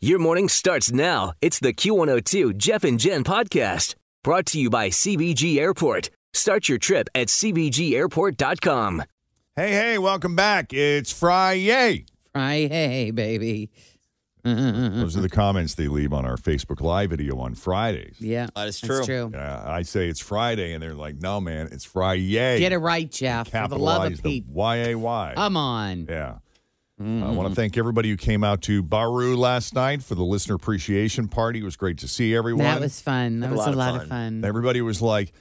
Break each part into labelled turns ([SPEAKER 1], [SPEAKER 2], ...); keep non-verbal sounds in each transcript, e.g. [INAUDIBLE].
[SPEAKER 1] Your morning starts now. It's the Q102 Jeff and Jen podcast brought to you by CBG Airport. Start your trip at CBGAirport.com.
[SPEAKER 2] Hey, hey, welcome back. It's Friday.
[SPEAKER 3] Right, hey, baby.
[SPEAKER 2] Those are the comments they leave on our Facebook Live video on Fridays.
[SPEAKER 3] Yeah,
[SPEAKER 4] That is
[SPEAKER 3] That's
[SPEAKER 4] true.
[SPEAKER 3] true.
[SPEAKER 2] Uh, I say it's Friday, and they're like, no, man, it's Friday.
[SPEAKER 3] Get it right, Jeff. For the love
[SPEAKER 2] Capitalize
[SPEAKER 3] of
[SPEAKER 2] the
[SPEAKER 3] Pete. Um, mm-hmm.
[SPEAKER 2] Y-A-Y.
[SPEAKER 3] Come on.
[SPEAKER 2] yeah. I want to thank everybody who came out to Baru last night for the listener appreciation party. It was great to see everyone.
[SPEAKER 3] That was fun. That was a lot of fun.
[SPEAKER 2] Everybody was like,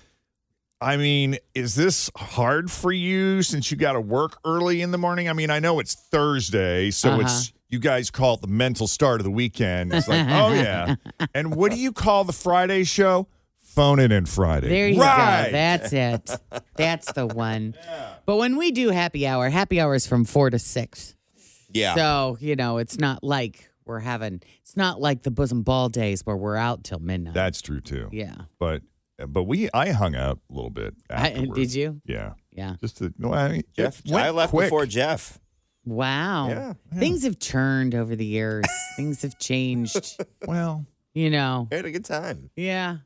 [SPEAKER 2] I mean, is this hard for you since you got to work early in the morning? I mean, I know it's Thursday, so
[SPEAKER 3] Uh-huh.
[SPEAKER 2] it's you guys call it the mental start of the weekend. It's like, oh yeah.
[SPEAKER 3] [LAUGHS]
[SPEAKER 2] And what do you call the Friday show? Phone it in Friday.
[SPEAKER 3] There you
[SPEAKER 2] right.
[SPEAKER 3] go.
[SPEAKER 2] [LAUGHS]
[SPEAKER 3] That's it. That's the one. But when we do happy hour, happy hour is from four to six.
[SPEAKER 4] Yeah.
[SPEAKER 3] So, you know, it's not like we're having, it's not like the bosom ball days where we're out till midnight.
[SPEAKER 2] That's true too.
[SPEAKER 3] yeah.
[SPEAKER 2] But but we I hung out a little bit.
[SPEAKER 3] I-
[SPEAKER 2] Afterwards.
[SPEAKER 3] did you?
[SPEAKER 2] Yeah.
[SPEAKER 3] Yeah.
[SPEAKER 2] Just to, no, I mean, it
[SPEAKER 4] Jeff,
[SPEAKER 2] went
[SPEAKER 4] I left
[SPEAKER 2] quick.
[SPEAKER 4] before Jeff.
[SPEAKER 3] Wow.
[SPEAKER 2] Yeah, yeah.
[SPEAKER 3] Things have turned over
[SPEAKER 2] [LAUGHS]
[SPEAKER 3] the years, things have changed,
[SPEAKER 2] Well,
[SPEAKER 3] you know.
[SPEAKER 4] We had a good time.
[SPEAKER 3] Yeah.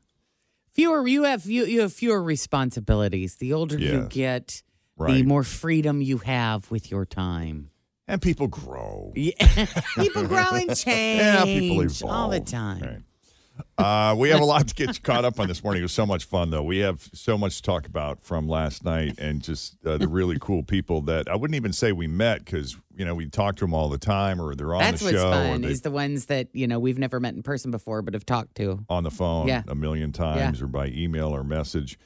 [SPEAKER 3] Fewer you have you, you have fewer responsibilities. The older you
[SPEAKER 2] Yeah.
[SPEAKER 3] get, the
[SPEAKER 2] Right.
[SPEAKER 3] more freedom you have with your time.
[SPEAKER 2] and people grow. [LAUGHS]
[SPEAKER 3] Yeah. people grow and change
[SPEAKER 2] Yeah, people
[SPEAKER 3] all the
[SPEAKER 2] evolve.
[SPEAKER 3] time.
[SPEAKER 2] Right. Uh, we have a lot to get
[SPEAKER 3] [LAUGHS]
[SPEAKER 2] caught up on this morning. It was so much fun, though. We have so much to talk about from last night and just uh, the really cool people that I wouldn't even say we met because, you know, we talk to them all the time or they're on
[SPEAKER 3] That's
[SPEAKER 2] the
[SPEAKER 3] what's
[SPEAKER 2] show or
[SPEAKER 3] fun
[SPEAKER 2] they-
[SPEAKER 3] is the ones that, you know, we've never met in person before but have talked to.
[SPEAKER 2] on the phone
[SPEAKER 3] Yeah.
[SPEAKER 2] a million times or by email or message.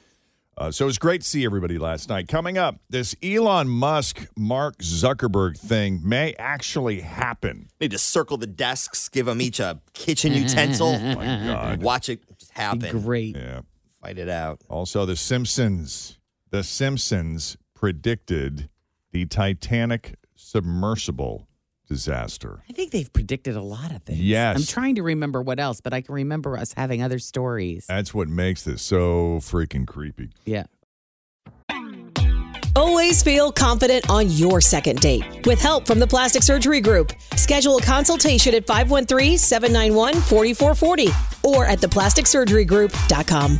[SPEAKER 2] Uh, so it was great to see everybody last night. Coming up, this Elon Musk, Mark Zuckerberg thing may actually happen.
[SPEAKER 4] Need to circle the desks, give them each a
[SPEAKER 3] [LAUGHS]
[SPEAKER 4] kitchen utensil.
[SPEAKER 3] Oh
[SPEAKER 4] Watch it just happen.
[SPEAKER 3] Great.
[SPEAKER 2] Yeah.
[SPEAKER 4] Fight it out. [LAUGHS]
[SPEAKER 2] Also, The Simpsons. The Simpsons predicted the Titanic submersible disaster.
[SPEAKER 3] I think they've predicted a lot of things.
[SPEAKER 2] Yes.
[SPEAKER 3] I'm trying to remember what else, but I can remember us having other stories.
[SPEAKER 2] That's what makes this so freaking creepy.
[SPEAKER 3] Yeah.
[SPEAKER 5] Always feel confident on your second date. With help from the Plastic Surgery Group, schedule a consultation at 513-791-4440 or at theplasticsurgerygroup.com.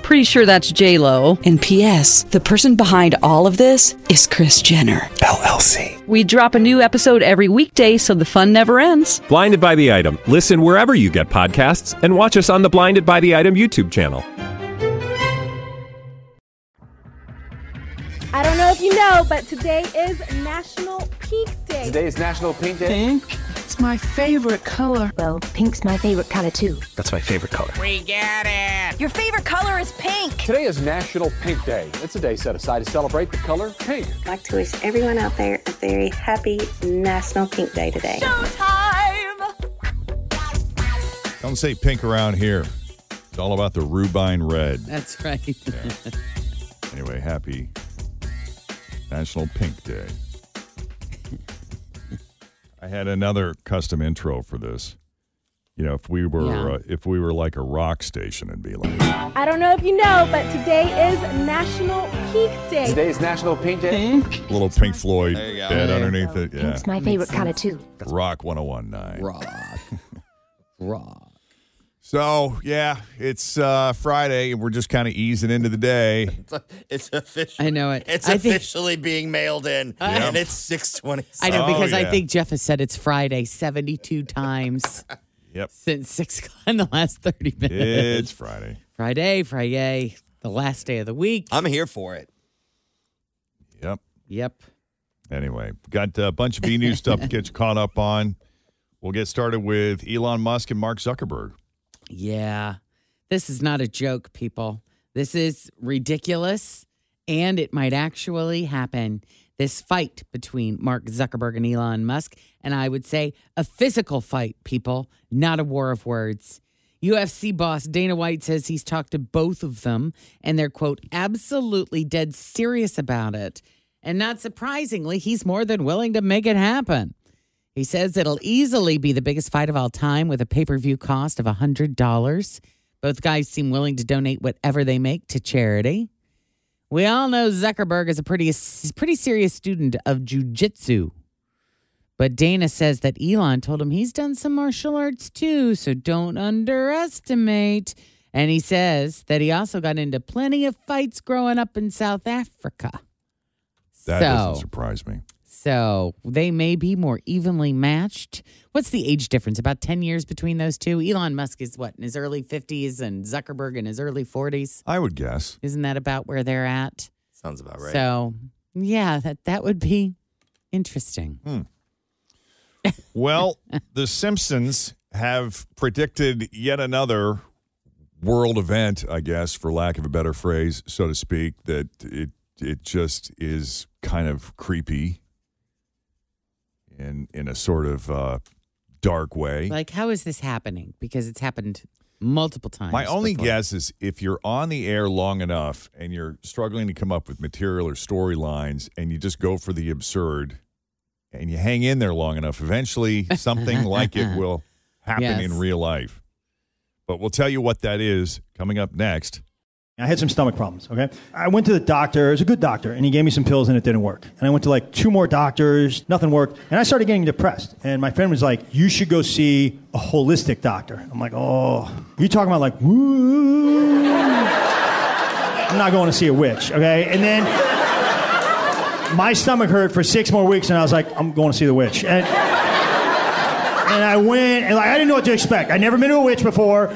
[SPEAKER 6] Pretty sure that's J Lo. Oh, And P.S. The person behind all of this is Chris Jenner.
[SPEAKER 7] LLC.
[SPEAKER 6] We drop a new episode every weekday, so the fun never ends.
[SPEAKER 7] Blinded by the item. Listen wherever you get podcasts, and watch us on the Blinded by the Item YouTube channel.
[SPEAKER 8] I don't know if you know, but today is National Pink Day. Today is National Pink Day. Pink? It's my favorite color. Well, pink's my favorite color too.
[SPEAKER 1] That's my favorite color.
[SPEAKER 8] Your favorite color is pink.
[SPEAKER 9] Today is National Pink Day. It's a day set aside to celebrate the color pink.
[SPEAKER 8] I'd like to wish everyone out there a very happy National Pink Day today. Showtime!
[SPEAKER 2] Don't say pink around here. It's all about the Rubine Red.
[SPEAKER 3] That's
[SPEAKER 2] [LAUGHS]
[SPEAKER 3] right.
[SPEAKER 2] Anyway, happy National Pink Day. [LAUGHS] I had another custom intro for this. You know, if we were
[SPEAKER 10] Yeah.
[SPEAKER 2] uh, if we were like a rock station and be like,
[SPEAKER 10] I don't know if you know, but today is National Pink Day.
[SPEAKER 9] Today is National Paint Day.
[SPEAKER 2] little Pink Floyd
[SPEAKER 9] There you go.
[SPEAKER 2] dead
[SPEAKER 9] Yeah.
[SPEAKER 2] underneath it. Yeah,
[SPEAKER 9] Pink's my favorite Makes
[SPEAKER 10] kinda sense.
[SPEAKER 2] Rock 1019. Rock.
[SPEAKER 3] rock.
[SPEAKER 2] So yeah, it's uh, Friday, and we're just kind of easing into the day.
[SPEAKER 4] It's official.
[SPEAKER 3] I know it.
[SPEAKER 4] It's
[SPEAKER 3] I think-
[SPEAKER 4] officially being mailed in, and it's six twenty.
[SPEAKER 3] I know because I
[SPEAKER 2] Oh, yeah.
[SPEAKER 3] think Jeff has said it's Friday 72 times
[SPEAKER 2] [LAUGHS] yep.
[SPEAKER 3] since 6 o'clock in the last 30 minutes.
[SPEAKER 2] It's Friday.
[SPEAKER 3] Friday, Friday, the last day of the week.
[SPEAKER 4] I'm here for it.
[SPEAKER 2] Yep.
[SPEAKER 3] Yep.
[SPEAKER 2] Anyway, got a bunch of e news stuff to get you caught up on. We'll get started with Elon Musk and Mark Zuckerberg.
[SPEAKER 3] Yeah. This is not a joke, people. This is ridiculous, and it might actually happen. This fight between Mark Zuckerberg and Elon Musk, and I would say a physical fight, people, not a war of words. UFC boss Dana White says he's talked to both of them, and they're, quote, absolutely dead serious about it. And not surprisingly, he's more than willing to make it happen. He says it'll easily be the biggest fight of all time with a pay per view cost of $100. Both guys seem willing to donate whatever they make to charity. We all know Zuckerberg is a pretty, pretty serious student of jujitsu. But Dana says that Elon told him he's done some martial arts too, so don't underestimate. And he says that he also got into plenty of fights growing up in South Africa.
[SPEAKER 2] That
[SPEAKER 3] So-
[SPEAKER 2] doesn't surprise me.
[SPEAKER 3] so they may be more evenly matched. What's the age difference? About 10 years between those two? Elon Musk is what, in his early 50s and Zuckerberg in his early 40s?
[SPEAKER 2] I would guess.
[SPEAKER 3] Isn't that about where they're at?
[SPEAKER 4] Sounds about right.
[SPEAKER 3] So, yeah, that, that would be interesting.
[SPEAKER 2] Well, The Simpsons have predicted yet another world event, I guess, for lack of a better phrase, so to speak, that it it just is kind of creepy in in a sort of uh, dark way.
[SPEAKER 3] Like, how is this happening? Because it's happened multiple times.
[SPEAKER 2] My only
[SPEAKER 3] before.
[SPEAKER 2] guess is if you're on the air long enough and you're struggling to come up with material or storylines and you just go for the absurd and you hang in there long enough, eventually something like it will happen
[SPEAKER 11] Yes.
[SPEAKER 2] in real life. But we'll tell you what that is coming up next.
[SPEAKER 11] I had some stomach problems, okay? I went to the doctor, it was a good doctor, and he gave me some pills and it didn't work. And I went to like two more doctors, nothing worked, and I started getting depressed. And my friend was like, You should go see a holistic doctor. I'm like, Oh, you talking about like, woo? I'm not going to see a witch, okay? And then my stomach hurt for six more weeks, and I was like, I'm going to see the witch. And, and I went, and like, I didn't know what to expect. I'd never been to a witch before.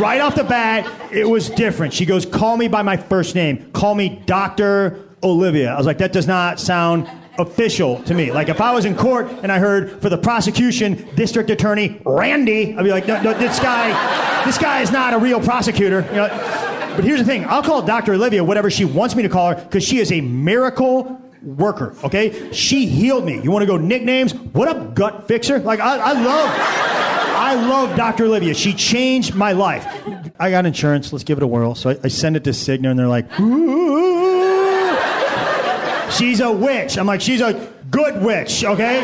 [SPEAKER 11] Right off the bat, it was different. She goes, Call me by my first name. Call me Dr. Olivia. I was like, That does not sound official to me. Like, if I was in court and I heard for the prosecution, District Attorney Randy, I'd be like, No, no this guy, this guy is not a real prosecutor. You know? But here's the thing I'll call Dr. Olivia whatever she wants me to call her because she is a miracle worker, okay? She healed me. You want to go nicknames? What up, gut fixer? Like, I, I love. I love Dr. Olivia. She changed my life. I got insurance. Let's give it a whirl. So I, I send it to Cigna, and they're like, "Ooh, she's a witch. I'm like, she's a good witch, okay?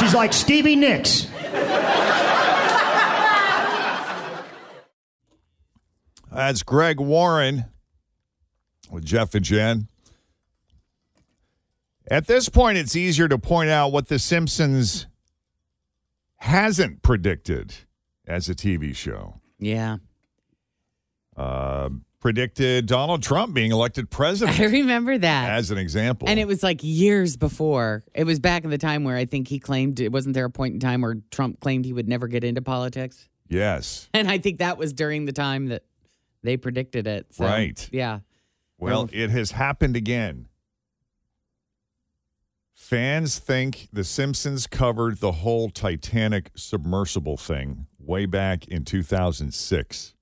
[SPEAKER 11] She's like Stevie Nicks.
[SPEAKER 2] That's Greg Warren with Jeff and Jen. At this point, it's easier to point out what The Simpsons hasn't predicted as a TV show.
[SPEAKER 3] Yeah. [LAUGHS]
[SPEAKER 2] Uh, predicted Donald Trump being elected president
[SPEAKER 3] [LAUGHS] I remember that.
[SPEAKER 2] as an example.
[SPEAKER 3] And it was like years before. It was back in the time where I think he claimed, it wasn't there a point in time where Trump claimed he would never get into politics?
[SPEAKER 2] yes.
[SPEAKER 3] [LAUGHS] And I think that was during the time that they predicted it. So,
[SPEAKER 2] Right.
[SPEAKER 3] Yeah.
[SPEAKER 2] Well, it has happened again. Fans think The Simpsons covered the whole Titanic submersible thing way back in 2006.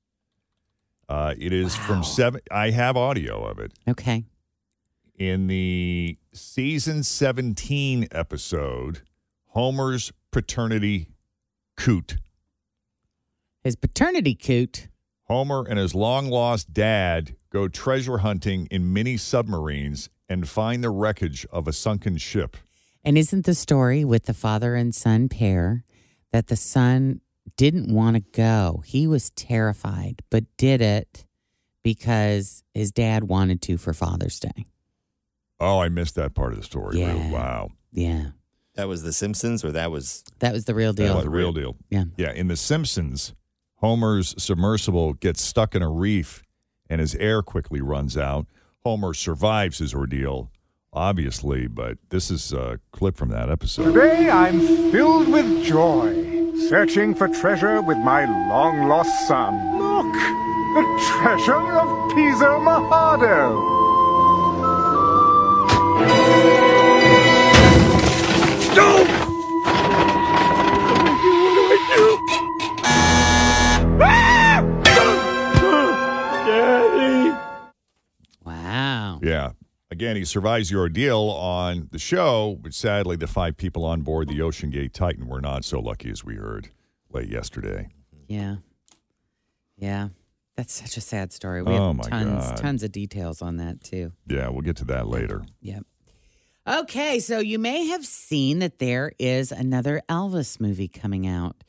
[SPEAKER 2] Uh, it is from seven. I have audio of it
[SPEAKER 3] Okay.
[SPEAKER 2] in the season 17 episode, Homer's paternity coot.
[SPEAKER 3] His paternity coot.
[SPEAKER 2] Homer and his long lost dad go treasure hunting in mini submarines and find the wreckage of a sunken ship.
[SPEAKER 3] And isn't the story with the father and son pair that the son didn't want to go. He was terrified, but did it because his dad wanted to for Father's Day.
[SPEAKER 2] Oh, I missed that part of the story.
[SPEAKER 3] Yeah.
[SPEAKER 2] Really? Wow.
[SPEAKER 3] Yeah.
[SPEAKER 4] That was The Simpsons, or that was
[SPEAKER 3] That was the real
[SPEAKER 2] That
[SPEAKER 3] deal.
[SPEAKER 2] was the real deal.
[SPEAKER 3] Yeah.
[SPEAKER 2] Yeah. In The Simpsons, Homer's submersible gets stuck in a reef and his air quickly runs out. Homer survives his ordeal, obviously, but this is a clip from that episode.
[SPEAKER 12] Today I'm filled with joy, searching for treasure with my long lost son. Look, the treasure of Pisa Mahado.
[SPEAKER 3] Wow.
[SPEAKER 2] Yeah. Again, he survives the ordeal on the show, but sadly, the five people on board the Ocean Gate Titan were not so lucky as we heard late yesterday.
[SPEAKER 3] Yeah. Yeah. That's such a sad story. We
[SPEAKER 2] Oh,
[SPEAKER 3] have
[SPEAKER 2] my
[SPEAKER 3] tons,
[SPEAKER 2] God.
[SPEAKER 3] tons of details on that too.
[SPEAKER 2] Yeah, we'll get to that later.
[SPEAKER 3] Yep. Okay, so you may have seen that there is another Elvis movie coming out.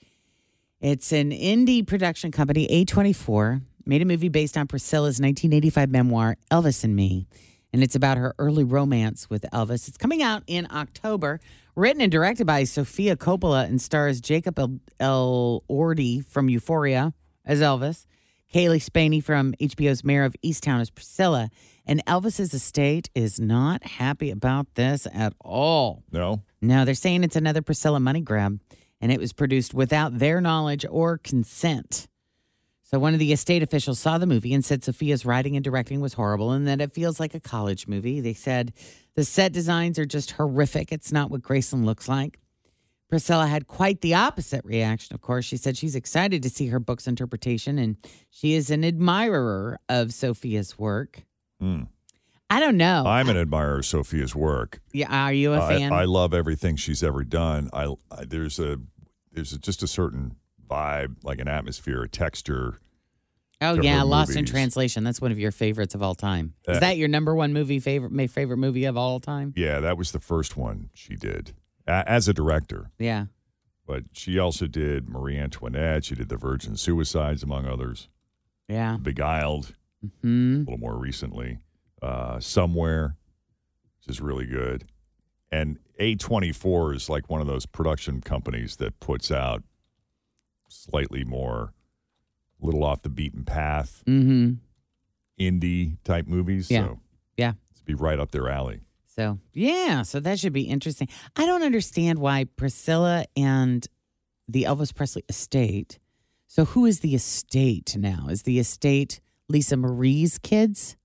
[SPEAKER 3] It's an indie production company, A24, made a movie based on Priscilla's 1985 memoir, Elvis and Me. And it's about her early romance with Elvis. It's coming out in October, written and directed by Sofia Coppola and stars Jacob El, El Ordi from Euphoria as Elvis. Kaylee Spaney from HBO's Mayor of Easttown is Priscilla, and Elvis's estate is not happy about this at all.
[SPEAKER 2] No?
[SPEAKER 3] No, they're saying it's another Priscilla money grab, and it was produced without their knowledge or consent. So one of the estate officials saw the movie and said Sophia's writing and directing was horrible and that it feels like a college movie. They said the set designs are just horrific. It's not what Grayson looks like. Priscilla had quite the opposite reaction, of course. She said she's excited to see her book's interpretation and she is an admirer of Sophia's work.
[SPEAKER 2] Mm.
[SPEAKER 3] I don't know.
[SPEAKER 2] I'm an admirer of Sophia's work.
[SPEAKER 3] yeah, are Oh. you a
[SPEAKER 2] I-
[SPEAKER 3] fan?
[SPEAKER 2] I, love everything she's ever done. I, I there's a there's a, just a certain vibe, like an atmosphere, a texture.
[SPEAKER 3] oh
[SPEAKER 2] to
[SPEAKER 3] yeah,
[SPEAKER 2] her
[SPEAKER 3] Lost in
[SPEAKER 2] movies.
[SPEAKER 3] Translation. That's one of your favorites of all time.
[SPEAKER 2] Uh,
[SPEAKER 3] is that your number one movie favorite my favorite movie of all time?
[SPEAKER 2] Yeah, that was the first one she did a- as a director.
[SPEAKER 3] Yeah.
[SPEAKER 2] But she also did Marie Antoinette. She did The Virgin Suicides, among others.
[SPEAKER 3] Yeah.
[SPEAKER 2] Beguiled, a
[SPEAKER 3] Hmm.
[SPEAKER 2] little more recently. Uh, Somewhere, which is really good. And A24 is like one of those production companies that puts out slightly more, a little off the beaten path,
[SPEAKER 3] Mm-hmm.
[SPEAKER 2] indie type movies.
[SPEAKER 3] Yeah.
[SPEAKER 2] So
[SPEAKER 3] Yeah.
[SPEAKER 2] it's be right up their alley.
[SPEAKER 3] So yeah, so that should be interesting. I don't understand why Priscilla and the Elvis Presley estate. So who is the estate now? Is the estate Lisa Marie's kids?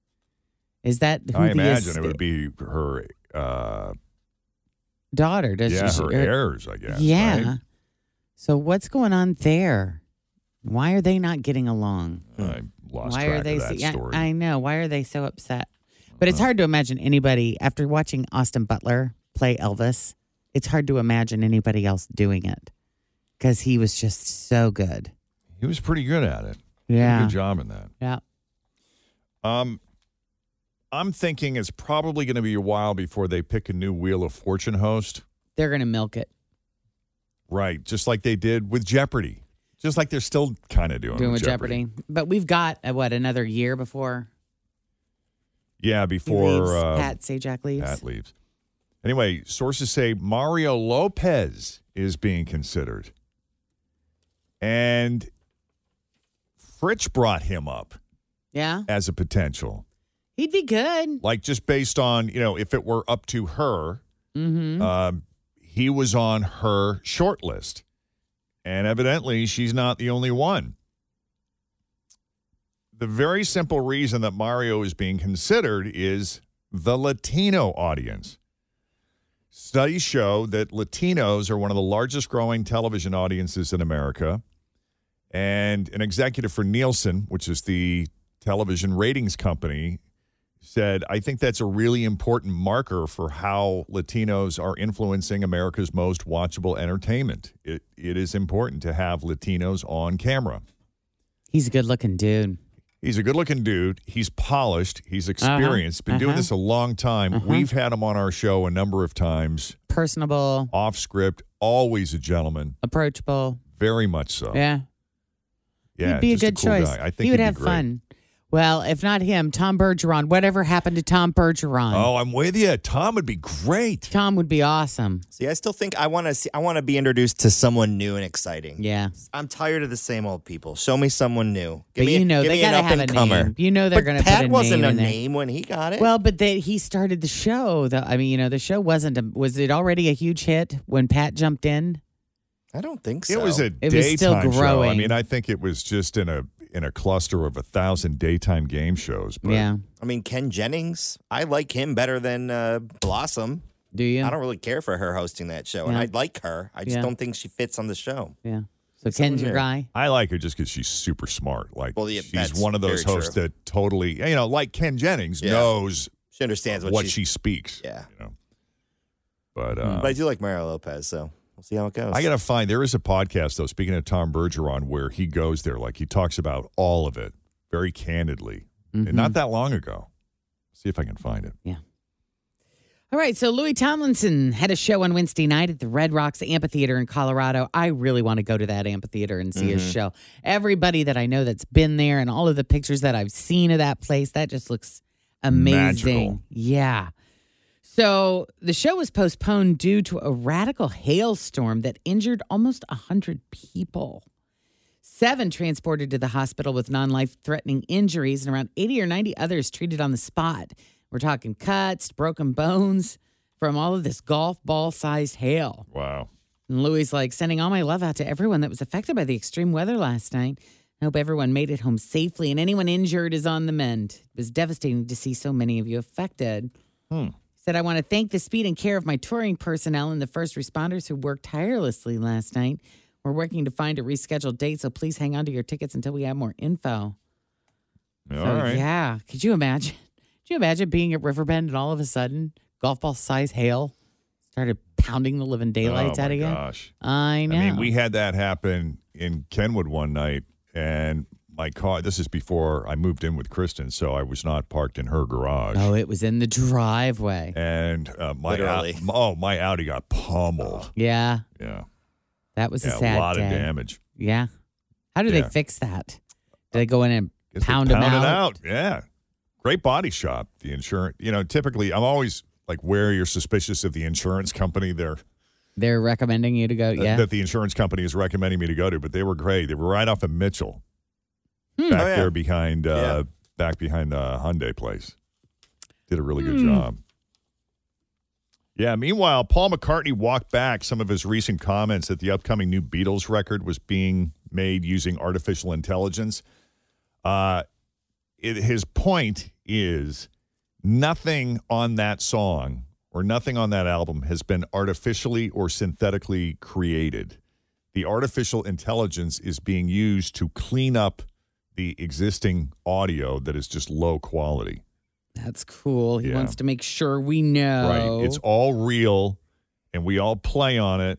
[SPEAKER 3] Is that who
[SPEAKER 2] I
[SPEAKER 3] the
[SPEAKER 2] imagine it
[SPEAKER 3] estate-
[SPEAKER 2] would be her, uh,
[SPEAKER 3] daughter? Does
[SPEAKER 2] yeah,
[SPEAKER 3] she-
[SPEAKER 2] her heirs, I guess.
[SPEAKER 3] Yeah.
[SPEAKER 2] right?
[SPEAKER 3] So what's going on there? Why are they not getting along?
[SPEAKER 2] I lost
[SPEAKER 3] Hmm. Why
[SPEAKER 2] track
[SPEAKER 3] are they
[SPEAKER 2] of
[SPEAKER 3] so,
[SPEAKER 2] that
[SPEAKER 3] yeah,
[SPEAKER 2] story. Uh-huh.
[SPEAKER 3] I know. Why are they so upset? But it's hard to imagine anybody after watching Austin Butler play Elvis. It's hard to imagine anybody else doing it because he was just so good.
[SPEAKER 2] He was pretty good at it. He did
[SPEAKER 3] Yeah.
[SPEAKER 2] a good job in that.
[SPEAKER 3] Yeah.
[SPEAKER 2] Um, I'm thinking it's probably going to be a while before they pick a new Wheel of Fortune host.
[SPEAKER 3] They're going to milk it.
[SPEAKER 2] Right, just like they did with Jeopardy. Just like they're still kind of doing,
[SPEAKER 3] Doing with Jeopardy. But we've got, uh, what, another year before
[SPEAKER 2] Yeah,
[SPEAKER 3] he
[SPEAKER 2] before
[SPEAKER 3] leaves,
[SPEAKER 2] uh,
[SPEAKER 3] Pat Sajak leaves?
[SPEAKER 2] Pat leaves. Anyway, sources say Mario Lopez is being considered. And Fritch brought him up
[SPEAKER 3] Yeah.
[SPEAKER 2] as a potential.
[SPEAKER 3] He'd be good.
[SPEAKER 2] Like just based on, you know, if it were up to her,
[SPEAKER 3] Mm-hmm.
[SPEAKER 2] Um, he was on her short list. And evidently, she's not the only one. The very simple reason that Mario is being considered is the Latino audience. Studies show that Latinos are one of the largest growing television audiences in America. And an executive for Nielsen, which is the television ratings company, said, I think that's a really important marker for how Latinos are influencing America's most watchable entertainment. It, it is important to have Latinos on camera.
[SPEAKER 3] He's a good looking dude.
[SPEAKER 2] He's a good looking dude. He's polished. He's experienced. Been doing
[SPEAKER 3] Uh-huh.
[SPEAKER 2] this a long time. We've had him on our show a number of times,
[SPEAKER 3] Personable,
[SPEAKER 2] off script, always a gentleman,
[SPEAKER 3] approachable.
[SPEAKER 2] Very much so.
[SPEAKER 3] Yeah.
[SPEAKER 2] Oh. Yeah.
[SPEAKER 3] He'd be a
[SPEAKER 2] just
[SPEAKER 3] good
[SPEAKER 2] cool
[SPEAKER 3] choice.
[SPEAKER 2] guy. I think
[SPEAKER 3] he would
[SPEAKER 2] he'd be
[SPEAKER 3] have
[SPEAKER 2] great.
[SPEAKER 3] fun. Well, if not him, Tom Bergeron. Whatever happened to Tom Bergeron?
[SPEAKER 2] Oh, I'm with you. Tom would be great.
[SPEAKER 3] Tom would be awesome.
[SPEAKER 4] See, I still think I want to see. I want to be introduced to someone new and exciting.
[SPEAKER 3] Yeah.
[SPEAKER 4] I'm tired of the same old people. Show me someone new.
[SPEAKER 3] But you know they gotta have a name. You know they're
[SPEAKER 4] But
[SPEAKER 3] gonna put
[SPEAKER 4] Pat
[SPEAKER 3] a
[SPEAKER 4] wasn't
[SPEAKER 3] name
[SPEAKER 4] a
[SPEAKER 3] in there.
[SPEAKER 4] name when he got it.
[SPEAKER 3] Well, but they, he started the show. Though I mean, you know, the show wasn't. A, was it already a huge hit when Pat jumped in?
[SPEAKER 4] I don't think
[SPEAKER 2] It was a
[SPEAKER 3] It
[SPEAKER 2] daytime
[SPEAKER 3] was still
[SPEAKER 2] show.
[SPEAKER 3] growing.
[SPEAKER 2] I mean, I think it was just in a in a cluster of a thousand daytime game shows. But
[SPEAKER 3] yeah.
[SPEAKER 4] I mean, Ken Jennings. I like him better than uh, Blossom.
[SPEAKER 3] Do you?
[SPEAKER 4] I don't really care for her hosting that show, and
[SPEAKER 3] Yeah.
[SPEAKER 4] I like her. I just
[SPEAKER 3] Yeah.
[SPEAKER 4] don't think she fits on the show.
[SPEAKER 3] Yeah. So Ken's your
[SPEAKER 4] new.
[SPEAKER 3] guy.
[SPEAKER 2] I like her just because she's super smart. Like
[SPEAKER 4] Well, yeah,
[SPEAKER 2] she's
[SPEAKER 4] that's
[SPEAKER 2] one of those
[SPEAKER 4] very
[SPEAKER 2] hosts
[SPEAKER 4] true.
[SPEAKER 2] that totally, you know, like Ken Jennings
[SPEAKER 4] Yeah.
[SPEAKER 2] knows
[SPEAKER 4] She understands
[SPEAKER 2] what,
[SPEAKER 4] what,
[SPEAKER 2] she
[SPEAKER 4] she's-
[SPEAKER 2] speaks.
[SPEAKER 4] Yeah. Mm-hmm.
[SPEAKER 2] you know. But uh,
[SPEAKER 4] But I do like Mario Lopez, so we'll see how it goes.
[SPEAKER 2] I gotta find there is a podcast though. Speaking of Tom Bergeron, where he goes there, like he talks about all of it very candidly,
[SPEAKER 3] Mm-hmm.
[SPEAKER 2] and not that long ago. See if I can find it.
[SPEAKER 3] Yeah. All right, so Louis Tomlinson had a show on Wednesday night at the Red Rocks Amphitheater in Colorado. I really want to go to that amphitheater and see his
[SPEAKER 4] Mhm.
[SPEAKER 3] show. Everybody that I know that's been there and all of the pictures that I've seen of that place, that just looks amazing.
[SPEAKER 13] Magical.
[SPEAKER 3] Yeah. So the show was postponed due to a radical hailstorm that injured almost 100 people. Seven transported to the hospital with non life threatening injuries, and around 80 or 90 others treated on the spot. We're talking cuts, broken bones from all of this golf ball sized hail.
[SPEAKER 2] Wow.
[SPEAKER 3] And Louis like sending all my love out to everyone that was affected by the extreme weather last night. I hope everyone made it home safely and anyone injured is on the mend. It was devastating to see so many of you affected.
[SPEAKER 2] Hmm.
[SPEAKER 3] Said, I want to thank the speed and care of my touring personnel and the first responders who worked tirelessly last night. We're working to find a rescheduled date, so please hang on to your tickets until we have more info.
[SPEAKER 2] All
[SPEAKER 3] So,
[SPEAKER 2] right.
[SPEAKER 3] Yeah. Could you imagine? Could you imagine being at Riverbend and all of a sudden golf ball size hail started pounding the living daylights
[SPEAKER 2] Oh,
[SPEAKER 3] out
[SPEAKER 2] my
[SPEAKER 3] of you?
[SPEAKER 2] gosh.
[SPEAKER 3] I know.
[SPEAKER 2] I mean, we had that happen in Kenwood one night, and my car. This is before I moved in with Kristen, so I was not parked in her garage.
[SPEAKER 3] Oh, it was in the driveway.
[SPEAKER 2] And uh, my
[SPEAKER 3] Literally. Oh.
[SPEAKER 2] oh, my Audi got pummeled.
[SPEAKER 3] Yeah.
[SPEAKER 2] Yeah,
[SPEAKER 3] That was
[SPEAKER 2] yeah,
[SPEAKER 3] a sad
[SPEAKER 2] a lot
[SPEAKER 3] day.
[SPEAKER 2] of damage.
[SPEAKER 3] Yeah. How do
[SPEAKER 2] Yeah.
[SPEAKER 3] they fix that? Do they go in and pound,
[SPEAKER 2] Pound
[SPEAKER 3] them
[SPEAKER 2] it
[SPEAKER 3] out?
[SPEAKER 2] out. Yeah. Great body shop, the insurance. You know, typically I'm always like where you're suspicious of the insurance company they're uh,
[SPEAKER 3] They're recommending you to go. Yeah.
[SPEAKER 2] that the insurance company is recommending me to go to, but they were great. They were right off of Mitchell. Back
[SPEAKER 3] Oh, yeah.
[SPEAKER 2] there behind uh back behind the Hyundai place. Did a really good job. Yeah, meanwhile, Paul McCartney walked back some of his recent comments that the upcoming new Beatles record was being made using artificial intelligence. Uh, it, his point is nothing on that song or nothing on that album has been artificially or synthetically created. The artificial intelligence is being used to clean up the existing audio that is just low quality.
[SPEAKER 3] That's cool. He
[SPEAKER 2] Yeah.
[SPEAKER 3] wants to make sure we know.
[SPEAKER 2] Right. It's all real and we all play on it.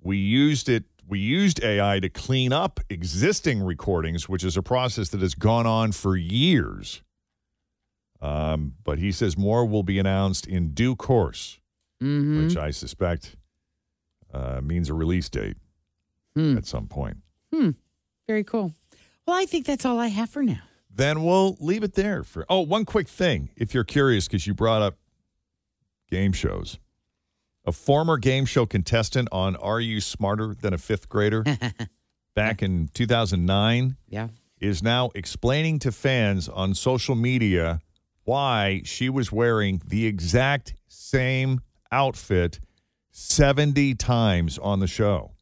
[SPEAKER 2] We used it we used AI to clean up existing recordings, which is a process that has gone on for years. Um, but he says more will be announced in due course,
[SPEAKER 3] Mhm.
[SPEAKER 2] which I suspect uh, means a release date at some point.
[SPEAKER 3] Hmm. Very cool. Well, I think that's all I have for now.
[SPEAKER 2] then we'll leave it there for oh one quick thing if you're curious because you brought up game shows a former game show contestant on are you smarter than a fifth grader back in 2009
[SPEAKER 3] Yeah.
[SPEAKER 2] is now explaining to fans on social media why she was wearing the exact same outfit 70 times on the show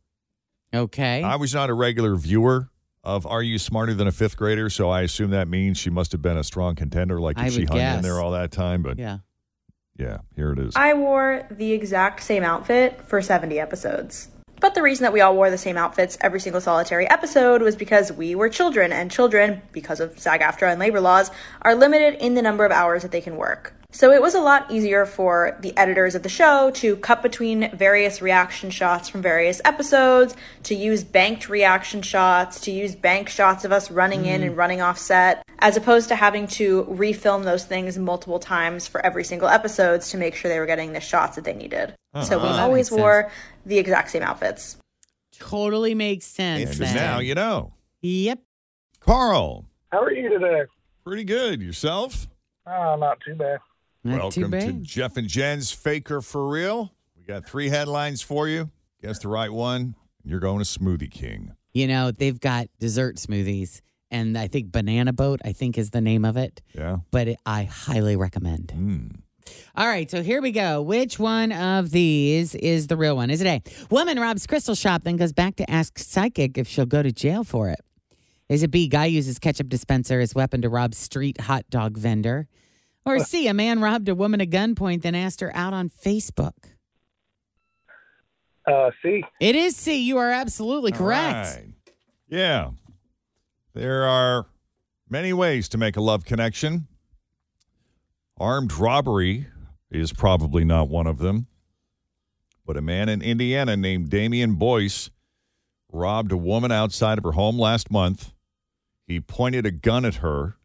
[SPEAKER 3] Okay.
[SPEAKER 2] I was not a regular viewer of Are You Smarter Than a Fifth Grader, so I assume that means she must have been a strong contender, like if
[SPEAKER 3] I
[SPEAKER 2] she
[SPEAKER 3] would
[SPEAKER 2] hung in
[SPEAKER 3] guess.
[SPEAKER 2] there all that time. But
[SPEAKER 3] yeah,
[SPEAKER 2] yeah, here it is.
[SPEAKER 10] I wore the exact same outfit for 70 episodes. But the reason that we all wore the same outfits every single solitary episode was because we were children, and children, because of SAG AFTRA and labor laws, are limited in the number of hours that they can work. So it was a lot easier for the editors of the show to cut between various reaction shots from various episodes, to use banked reaction shots, to use bank shots of us running in and running off set, as opposed to having to refilm those things multiple times for every single episodes to make sure they were getting the shots that they needed.
[SPEAKER 3] Huh.
[SPEAKER 10] So we
[SPEAKER 3] Ah. That
[SPEAKER 10] always
[SPEAKER 3] makes sense.
[SPEAKER 10] wore the exact same outfits.
[SPEAKER 3] Totally makes sense.
[SPEAKER 2] And
[SPEAKER 3] then.
[SPEAKER 2] now you know.
[SPEAKER 3] Yep.
[SPEAKER 2] Carl,
[SPEAKER 13] How are you today?
[SPEAKER 2] pretty good. Yourself?
[SPEAKER 13] Oh, not too bad.
[SPEAKER 3] Not
[SPEAKER 2] Welcome
[SPEAKER 3] too
[SPEAKER 2] to
[SPEAKER 3] bad.
[SPEAKER 2] Jeff and Jen's Faker for Real. We got three headlines for you. Guess the right one. You're going to Smoothie King.
[SPEAKER 3] You know, they've got dessert smoothies, and I think Banana Boat, I think, is the name of it.
[SPEAKER 2] Yeah. Hmm.
[SPEAKER 3] But it, I highly recommend. All right, so here we go. Which one of these is the real one? Is it A? Woman robs crystal shop, then goes back to ask psychic if she'll go to jail for it. Is it B? Guy uses ketchup dispenser as weapon to rob street hot dog vendor. Or C? A man robbed a woman at gunpoint, then asked her out on Facebook.
[SPEAKER 13] Uh, see,
[SPEAKER 3] It is C. You are absolutely
[SPEAKER 2] All
[SPEAKER 3] correct.
[SPEAKER 2] right. Yeah. There are many ways to make a love connection. Armed robbery is probably not one of them. But a man in Indiana named Damian Boyce robbed a woman outside of her home last month. He pointed a gun at her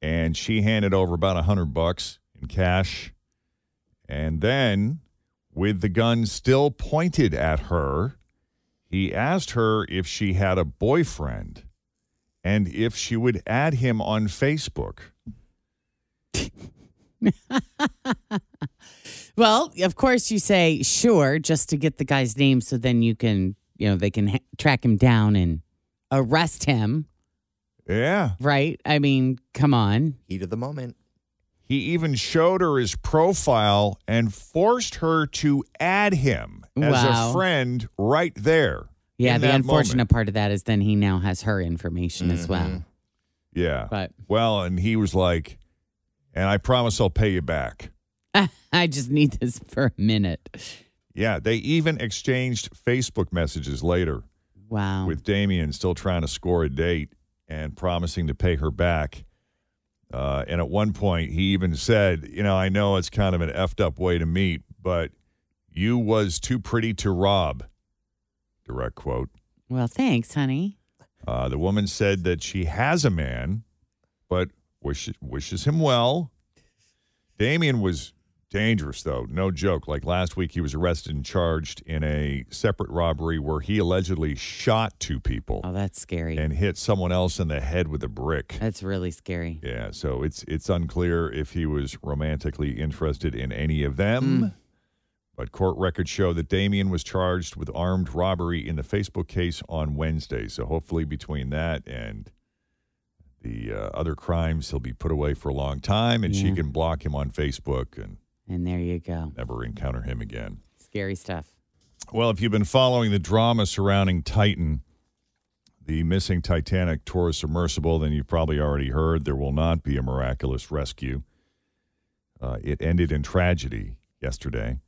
[SPEAKER 2] and she handed over about a hundred bucks in cash. And then, with the gun still pointed at her, he asked her if she had a boyfriend and if she would add him on Facebook.
[SPEAKER 3] [LAUGHS] Well, of course, you say sure just to get the guy's name so then you can, you know, they can ha- track him down and arrest him,
[SPEAKER 2] Yeah.
[SPEAKER 3] right? I mean, come on.
[SPEAKER 2] Heat of the moment. He even showed her his profile and forced her to add him as
[SPEAKER 3] Wow.
[SPEAKER 2] a friend right there.
[SPEAKER 3] Yeah,
[SPEAKER 2] in
[SPEAKER 3] the
[SPEAKER 2] that
[SPEAKER 3] unfortunate
[SPEAKER 2] moment.
[SPEAKER 3] part of that is then he now has her information as well.
[SPEAKER 2] Yeah. But well, and he was like, and I promise I'll pay you back. Mm-hmm.
[SPEAKER 3] [LAUGHS] I just need this for a minute.
[SPEAKER 2] Yeah, they even exchanged Facebook messages later.
[SPEAKER 3] Wow.
[SPEAKER 2] With Damien still trying to score a date and promising to pay her back. Uh, and at one point, he even said, You know, I know it's kind of an effed up way to meet, but you was too pretty to rob. Direct quote.
[SPEAKER 3] Well, thanks, honey.
[SPEAKER 2] Uh, the woman said that she has a man, but wishes wishes him well. Damien was dangerous, though, no joke. Like last week, he was arrested and charged in a separate robbery where he allegedly shot two people.
[SPEAKER 3] Oh, that's scary.
[SPEAKER 2] And hit someone else in the head with a brick.
[SPEAKER 3] That's really scary.
[SPEAKER 2] Yeah, so it's it's unclear if he was romantically interested in any of them. But court records show that Damien was charged with armed robbery in the Facebook case on Wednesday. So hopefully, between that and the uh, other crimes, he'll be put away for a long time, and she
[SPEAKER 3] Yeah.
[SPEAKER 2] can block him on Facebook and
[SPEAKER 3] And there you go.
[SPEAKER 2] never encounter him again.
[SPEAKER 3] Scary stuff.
[SPEAKER 2] Well, if you've been following the drama surrounding Titan, the missing Titanic tourist submersible, then you've probably already heard there will not be a miraculous rescue. Uh, it ended in tragedy yesterday.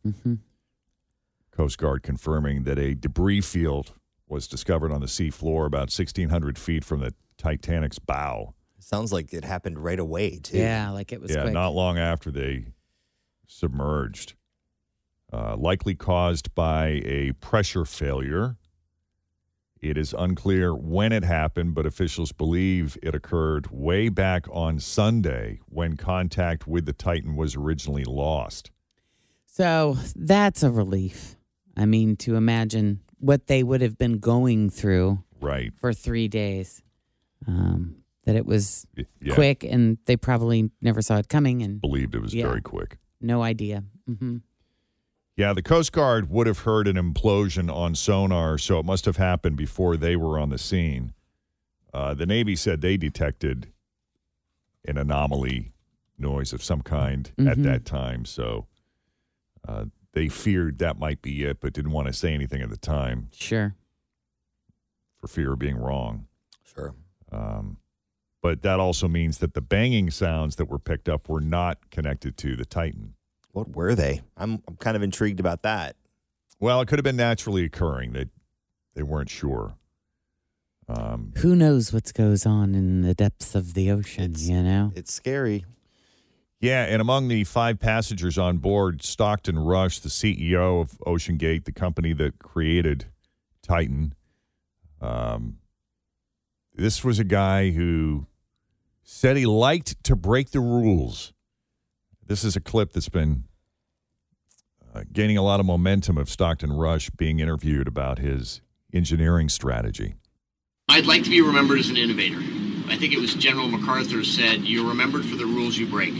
[SPEAKER 2] Coast Guard confirming that a debris field was discovered on the seafloor about 1,600 feet from the Titanic's bow.
[SPEAKER 4] Sounds like it happened right away, too.
[SPEAKER 3] Yeah, like it was
[SPEAKER 2] yeah,
[SPEAKER 3] quick.
[SPEAKER 2] not long after they submerged. Uh, likely caused by a pressure failure. It is unclear when it happened, but officials believe it occurred way back on Sunday when contact with the Titan was originally lost.
[SPEAKER 3] So that's a relief. I mean, to imagine what they would have been going through
[SPEAKER 2] Right.
[SPEAKER 3] for three days, um, that it was
[SPEAKER 2] yeah.
[SPEAKER 3] quick and they probably never saw it coming and
[SPEAKER 2] Believed it was
[SPEAKER 3] Yeah.
[SPEAKER 2] very quick.
[SPEAKER 3] no idea. hmm
[SPEAKER 2] Yeah, the Coast Guard would have heard an implosion on sonar, so it must have happened before they were on the scene. Uh, the Navy said they detected an anomaly noise of some kind at
[SPEAKER 3] Mhm.
[SPEAKER 2] that time, so uh, they feared that might be it, but didn't want to say anything at the time
[SPEAKER 3] Sure.
[SPEAKER 2] for fear of being wrong.
[SPEAKER 4] Sure.
[SPEAKER 2] Um, but that also means that the banging sounds that were picked up were not connected to the Titan.
[SPEAKER 4] What were they? I'm, I'm kind of intrigued about that.
[SPEAKER 2] Well, it could have been naturally occurring. They they weren't sure. Um,
[SPEAKER 3] Who knows what goes on in the depths of the ocean, you know?
[SPEAKER 4] It's scary.
[SPEAKER 2] Yeah, and among the five passengers on board, Stockton Rush, the CEO of OceanGate, the company that created Titan. Um, this was a guy who said he liked to break the rules. This is a clip that's been uh, gaining a lot of momentum of Stockton Rush being interviewed about his engineering strategy.
[SPEAKER 14] I'd like to be remembered as an innovator. I think it was General MacArthur said, "You're remembered for the rules you break."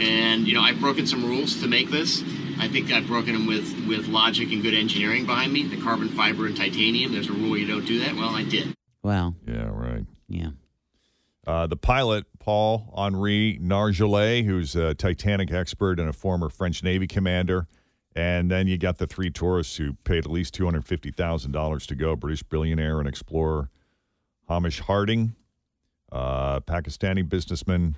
[SPEAKER 14] And you know, I've broken some rules to make this. I think I've broken them with with logic and good engineering behind me. The carbon fiber and titanium. There's a rule you don't do that. Well, I did.
[SPEAKER 3] Wow.
[SPEAKER 2] Yeah, right.
[SPEAKER 3] Yeah.
[SPEAKER 2] Uh, the pilot, Paul Henri Nargelet, who's a Titanic expert and a former French Navy commander. And then you got the three tourists who paid at least $250,000 to go British billionaire and explorer Hamish Harding, uh, Pakistani businessman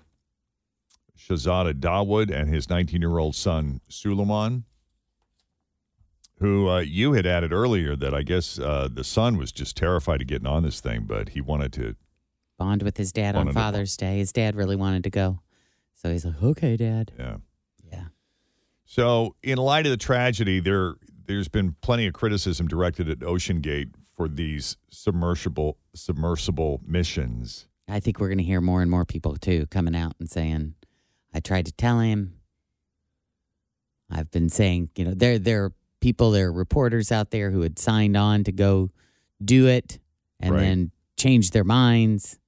[SPEAKER 2] Shazada Dawood, and his 19 year old son, Suleiman, who uh, you had added earlier that I guess uh, the son was just terrified of getting on this thing, but he wanted to
[SPEAKER 3] Bond with his dad
[SPEAKER 2] Wanted
[SPEAKER 3] on
[SPEAKER 2] to-
[SPEAKER 3] Father's Day. His dad really wanted to go. So he's like, okay, dad.
[SPEAKER 2] Yeah.
[SPEAKER 3] Yeah.
[SPEAKER 2] So, in light of the tragedy, there there's been plenty of criticism directed at Ocean Gate for these submersible submersible missions.
[SPEAKER 3] I think we're going to hear more and more people too coming out and saying, "I tried to tell him." I've been saying, you know, there there are people, there are reporters out there who had signed on to go do it and
[SPEAKER 2] Right.
[SPEAKER 3] then changed their minds.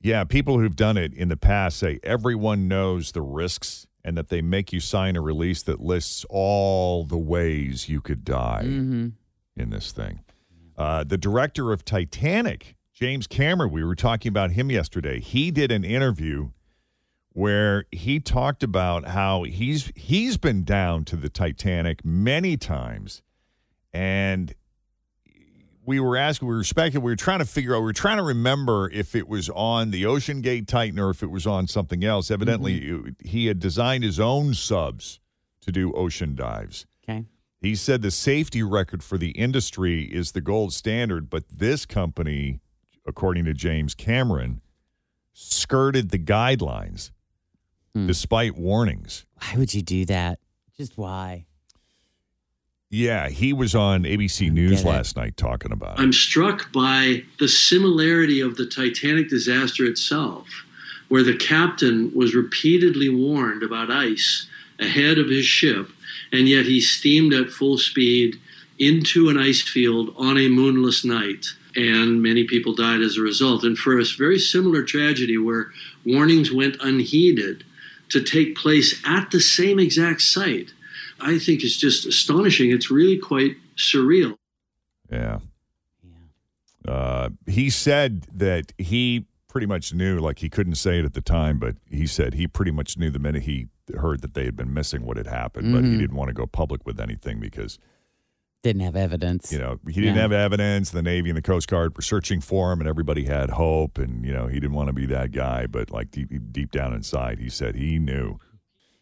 [SPEAKER 2] Yeah, people who've done it in the past say everyone knows the risks and that they make you sign a release that lists all the ways you could die
[SPEAKER 3] Mm-hmm.
[SPEAKER 2] in this thing. Uh, the director of Titanic, James Cameron, we were talking about him yesterday. He did an interview where he talked about how he's he's been down to the Titanic many times, and we were asking, we were speculating, we were trying to figure out, we were trying to remember if it was on the Ocean Gate Titan or if it was on something else. Evidently, it- he had designed his own subs to do ocean dives.
[SPEAKER 3] Okay.
[SPEAKER 2] He said the safety record for the industry is the gold standard, but this company, according to James Cameron, skirted the guidelines despite warnings.
[SPEAKER 3] Why would you do that? Just why?
[SPEAKER 2] Yeah, he was on ABC News last night talking about it.
[SPEAKER 15] I'm struck by the similarity of the Titanic disaster itself, where the captain was repeatedly warned about ice ahead of his ship, and yet he steamed at full speed into an ice field on a moonless night, and many people died as a result. And for a very similar tragedy where warnings went unheeded to take place at the same exact site, I think is just astonishing. It's really quite surreal.
[SPEAKER 2] Yeah. Yeah. Uh, he said that he pretty much knew, like he couldn't say it at the time, but he said he pretty much knew the minute he heard that they had been missing what had happened, but he
[SPEAKER 3] Mhm.
[SPEAKER 2] didn't want to go public with anything because,
[SPEAKER 3] Didn't have evidence.
[SPEAKER 2] you know, he didn't
[SPEAKER 3] Yeah.
[SPEAKER 2] have evidence. The Navy and the Coast Guard were searching for him and everybody had hope. And, you know, he didn't want to be that guy, but like deep, deep down inside, he said he knew.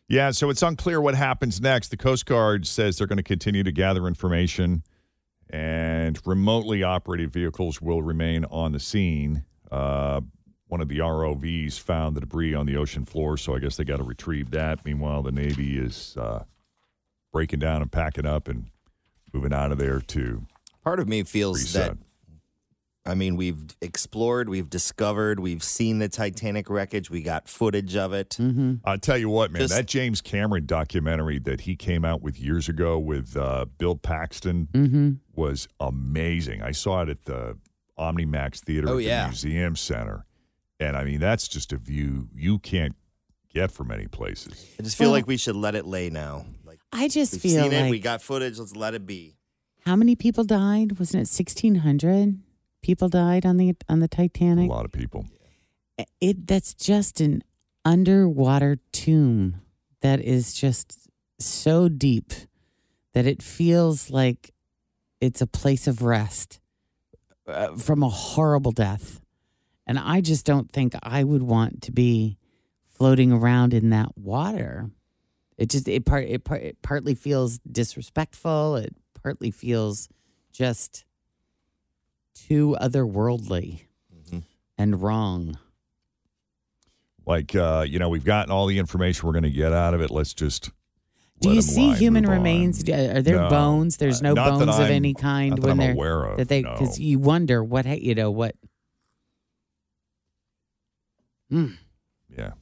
[SPEAKER 2] Yeah, so it's unclear what happens next. The Coast Guard says they're going to continue to gather information, and remotely operated vehicles will remain on the scene. Uh, one of the ROVs found the debris on the ocean floor, so I guess they got to retrieve that. Meanwhile, the Navy is uh, breaking down and packing up and moving out of there to
[SPEAKER 4] Part of me feels that. I mean, we've explored, we've discovered, we've seen the Titanic wreckage, we got footage of it.
[SPEAKER 3] Mm-hmm.
[SPEAKER 2] I'll tell you what, man,
[SPEAKER 4] Just-
[SPEAKER 2] that James Cameron documentary that he came out with years ago with uh, Bill Paxton
[SPEAKER 3] Mm-hmm.
[SPEAKER 2] was amazing. I saw it at the OmniMax Theater
[SPEAKER 4] Oh,
[SPEAKER 2] at
[SPEAKER 4] yeah.
[SPEAKER 2] the Museum Center. And I mean, that's just a view you can't get from many places.
[SPEAKER 4] I just feel like we should let it lay now. Like
[SPEAKER 3] I just
[SPEAKER 4] we've
[SPEAKER 3] feel
[SPEAKER 4] seen it, we
[SPEAKER 3] like-
[SPEAKER 4] got footage, let's let it be.
[SPEAKER 3] How many people died? Wasn't it sixteen hundred people died on the on the Titanic?
[SPEAKER 2] A lot of people.
[SPEAKER 3] It that's just an underwater tomb that is just so deep that it feels like it's a place of rest uh, from a horrible death. And I just don't think I would want to be floating around in that water. It just it part it, part, it partly feels disrespectful. It partly feels just too otherworldly and wrong.
[SPEAKER 2] Like, uh, you know, we've gotten all the information we're going to get out of it. Let's just.
[SPEAKER 3] Do
[SPEAKER 2] let
[SPEAKER 3] you
[SPEAKER 2] 'em
[SPEAKER 3] see
[SPEAKER 2] lie,
[SPEAKER 3] human
[SPEAKER 2] move on.
[SPEAKER 3] remains? D- Are there
[SPEAKER 2] No.
[SPEAKER 3] bones? There's
[SPEAKER 2] Uh,
[SPEAKER 3] no
[SPEAKER 2] not that
[SPEAKER 3] bones of
[SPEAKER 2] I'm-
[SPEAKER 3] any kind
[SPEAKER 2] not that
[SPEAKER 3] when
[SPEAKER 2] I'm
[SPEAKER 3] they're
[SPEAKER 2] aware of,
[SPEAKER 3] that they
[SPEAKER 2] no.
[SPEAKER 3] because you wonder what ha- you know what. Mm.
[SPEAKER 2] Yeah.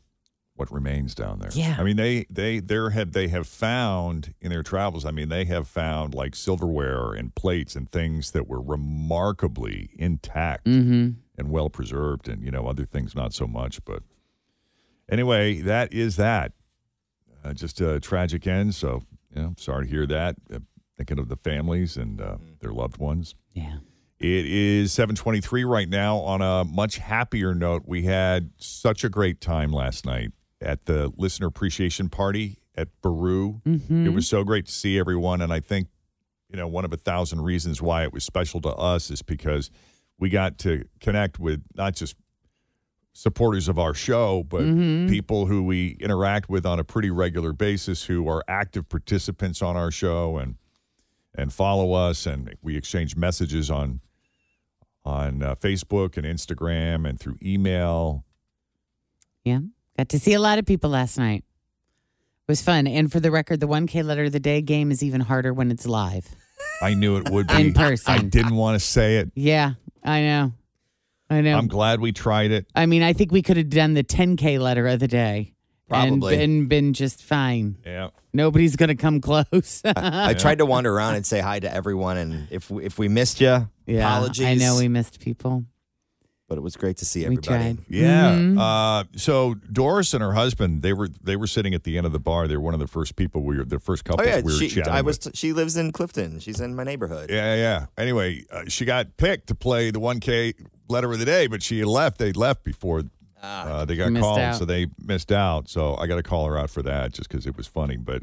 [SPEAKER 2] what remains down there.
[SPEAKER 3] Yeah.
[SPEAKER 2] I mean they they there have they have found in their travels. I mean they have found like silverware and plates and things that were remarkably intact
[SPEAKER 3] Mhm.
[SPEAKER 2] and well preserved, and you know other things not so much. But anyway, that is that. Uh, just a tragic end. So you know, sorry to hear that. Uh, thinking of the families and uh, their loved ones.
[SPEAKER 3] Yeah.
[SPEAKER 2] It is 723 right now. On a much happier note, we had such a great time last night at the listener appreciation party at Baru. It was so great to see everyone. And I think, you know, one of a thousand reasons why it was special to us is because we got to connect with not just supporters of our show, but
[SPEAKER 16] Mhm.
[SPEAKER 2] people who we interact with on a pretty regular basis who are active participants on our show and and follow us and we exchange messages on on uh, Facebook and Instagram and through email.
[SPEAKER 3] Yeah. Got to see a lot of people last night. It was fun. And for the record, the 1K letter of the day game is even harder when it's live.
[SPEAKER 2] I knew it would be
[SPEAKER 3] In person.
[SPEAKER 2] I didn't want to say it.
[SPEAKER 3] Yeah, I know. I know.
[SPEAKER 2] I'm glad we tried it.
[SPEAKER 3] I mean, I think we could have done the 10K letter of the day. and
[SPEAKER 4] Probably.
[SPEAKER 3] been, been just fine.
[SPEAKER 2] Yeah.
[SPEAKER 3] Nobody's going to
[SPEAKER 2] [LAUGHS]
[SPEAKER 3] come [LAUGHS] close.
[SPEAKER 4] I tried to wander
[SPEAKER 3] [LAUGHS]
[SPEAKER 4] around and say hi to everyone, and if we, if we missed you,
[SPEAKER 3] Yeah,
[SPEAKER 4] apologies.
[SPEAKER 3] I know we missed people.
[SPEAKER 4] but it was great to see
[SPEAKER 3] We
[SPEAKER 4] everybody.
[SPEAKER 3] tried.
[SPEAKER 2] Yeah. Uh, so Doris and her husband, they were they were sitting at the end of the bar. They were one of the first people we were the first
[SPEAKER 4] Oh
[SPEAKER 2] couple
[SPEAKER 4] yeah,
[SPEAKER 2] we were
[SPEAKER 4] she,
[SPEAKER 2] chatting.
[SPEAKER 4] I was.
[SPEAKER 2] with.
[SPEAKER 4] T- she lives in Clifton. She's in my neighborhood.
[SPEAKER 2] Yeah, yeah. Anyway, uh, she got picked to play the 1K letter of the day, but she left. They left before
[SPEAKER 4] Ah.
[SPEAKER 2] uh, they got
[SPEAKER 4] Missed
[SPEAKER 2] called,
[SPEAKER 4] out.
[SPEAKER 2] so they missed out. So I got to call her out for that just because it was funny. But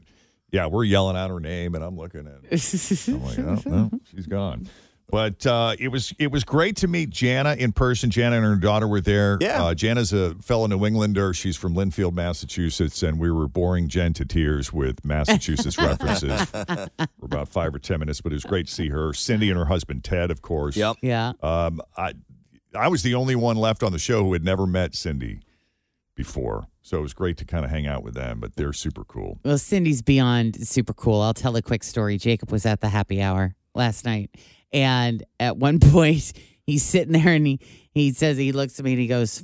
[SPEAKER 2] yeah, we're yelling out her name, and I'm looking at. I'm like, [LAUGHS] oh, well, she's gone. But uh, it was it was great to meet Jana in person. Jana and her daughter were there.
[SPEAKER 4] Yeah.
[SPEAKER 2] Uh, Jana's a fellow New Englander. She's from Linfield, Massachusetts, and we were boring Jen to tears with Massachusetts references for about five or ten minutes. But it was great to see her. Cindy and her husband Ted, of course. Yep.
[SPEAKER 3] Yeah.
[SPEAKER 2] Um, I I was the only one left on the show who had never met Cindy before, so it was great to kind of hang out with them. But they're super cool.
[SPEAKER 3] Well, Cindy's beyond super cool. I'll tell a quick story. Jacob was at the happy hour last night, and at one [LAUGHS] point, he's sitting there and he he says he looks at me and he goes,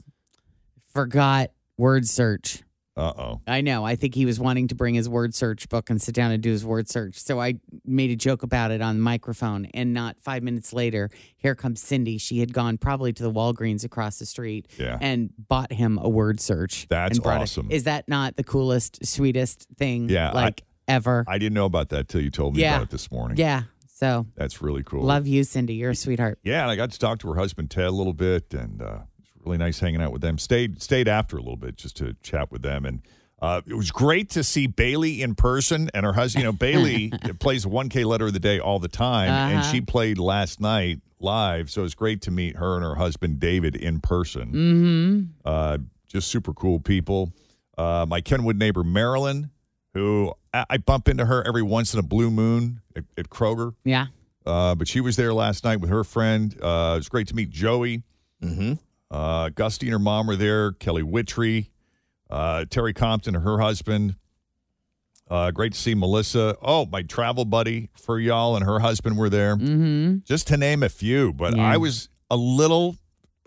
[SPEAKER 3] "Forgot word search."
[SPEAKER 2] Uh oh.
[SPEAKER 3] I know. I think he was wanting to bring his word search book and sit down and do his word search. So I made a joke about it on the microphone. And not five minutes later, here comes Cindy. She had gone probably to the Walgreens across the street
[SPEAKER 2] Yeah.
[SPEAKER 3] and bought him a word search.
[SPEAKER 2] That's
[SPEAKER 3] and brought it.
[SPEAKER 2] awesome.
[SPEAKER 3] Is that not the coolest, sweetest thing?
[SPEAKER 2] Yeah, I-
[SPEAKER 3] Like ever.
[SPEAKER 2] I didn't know about that till you told me
[SPEAKER 3] Yeah.
[SPEAKER 2] about it this morning.
[SPEAKER 3] yeah. So
[SPEAKER 2] That's really cool.
[SPEAKER 3] love you, Cindy. You're a sweetheart.
[SPEAKER 2] Yeah, and I got to talk to her husband Ted a little bit, and uh, it was really nice hanging out with them. Stayed stayed after a little bit just to chat with them, and uh, it was great to see Bailey in person and her husband. You know,
[SPEAKER 3] [LAUGHS]
[SPEAKER 2] Bailey plays the one K letter of the day all the time, and
[SPEAKER 3] Uh-huh.
[SPEAKER 2] she played last night live, so it was great to meet her and her husband David in person.
[SPEAKER 3] Mm-hmm.
[SPEAKER 2] Uh, just super cool people. Uh, my Kenwood neighbor Marilyn, who I, I bump into her every once in a blue moon at, at Kroger.
[SPEAKER 3] Yeah.
[SPEAKER 2] Uh, but she was there last night with her friend. Uh, it was great to meet Joey. Mm-hmm. Uh, Gusty and her mom were there. Kelly Witry, uh, Terry Compton, and her husband. Uh, great to see Melissa. Oh, my travel buddy for y'all and her husband were there.
[SPEAKER 3] Mm-hmm.
[SPEAKER 2] Just to name a few. But
[SPEAKER 3] Yeah.
[SPEAKER 2] I was a little,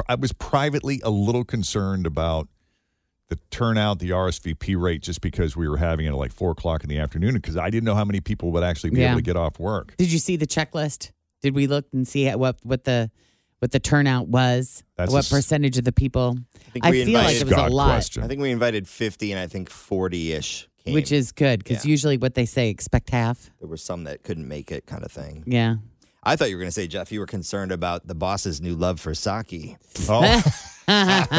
[SPEAKER 2] I was privately a little concerned about the turnout, the RSVP rate, just because we were having it at like four o'clock in the afternoon, because I didn't know how many people would actually be
[SPEAKER 3] Yeah.
[SPEAKER 2] able to get off
[SPEAKER 3] [LAUGHS]
[SPEAKER 2] work.
[SPEAKER 3] Did you see the checklist? Did we look and see what what the what the turnout was?
[SPEAKER 4] That's
[SPEAKER 3] what
[SPEAKER 4] a s-
[SPEAKER 3] percentage of the people? I, feel like it was a lot,
[SPEAKER 4] I think we invited 50, and I think 40 ish came.
[SPEAKER 3] which is good because usually what they say expect half.
[SPEAKER 4] there were some that couldn't make it, kind of thing.
[SPEAKER 3] Yeah.
[SPEAKER 4] I thought you were going to say, Jeff, you were concerned about the boss's new love for sake.
[SPEAKER 2] Oh.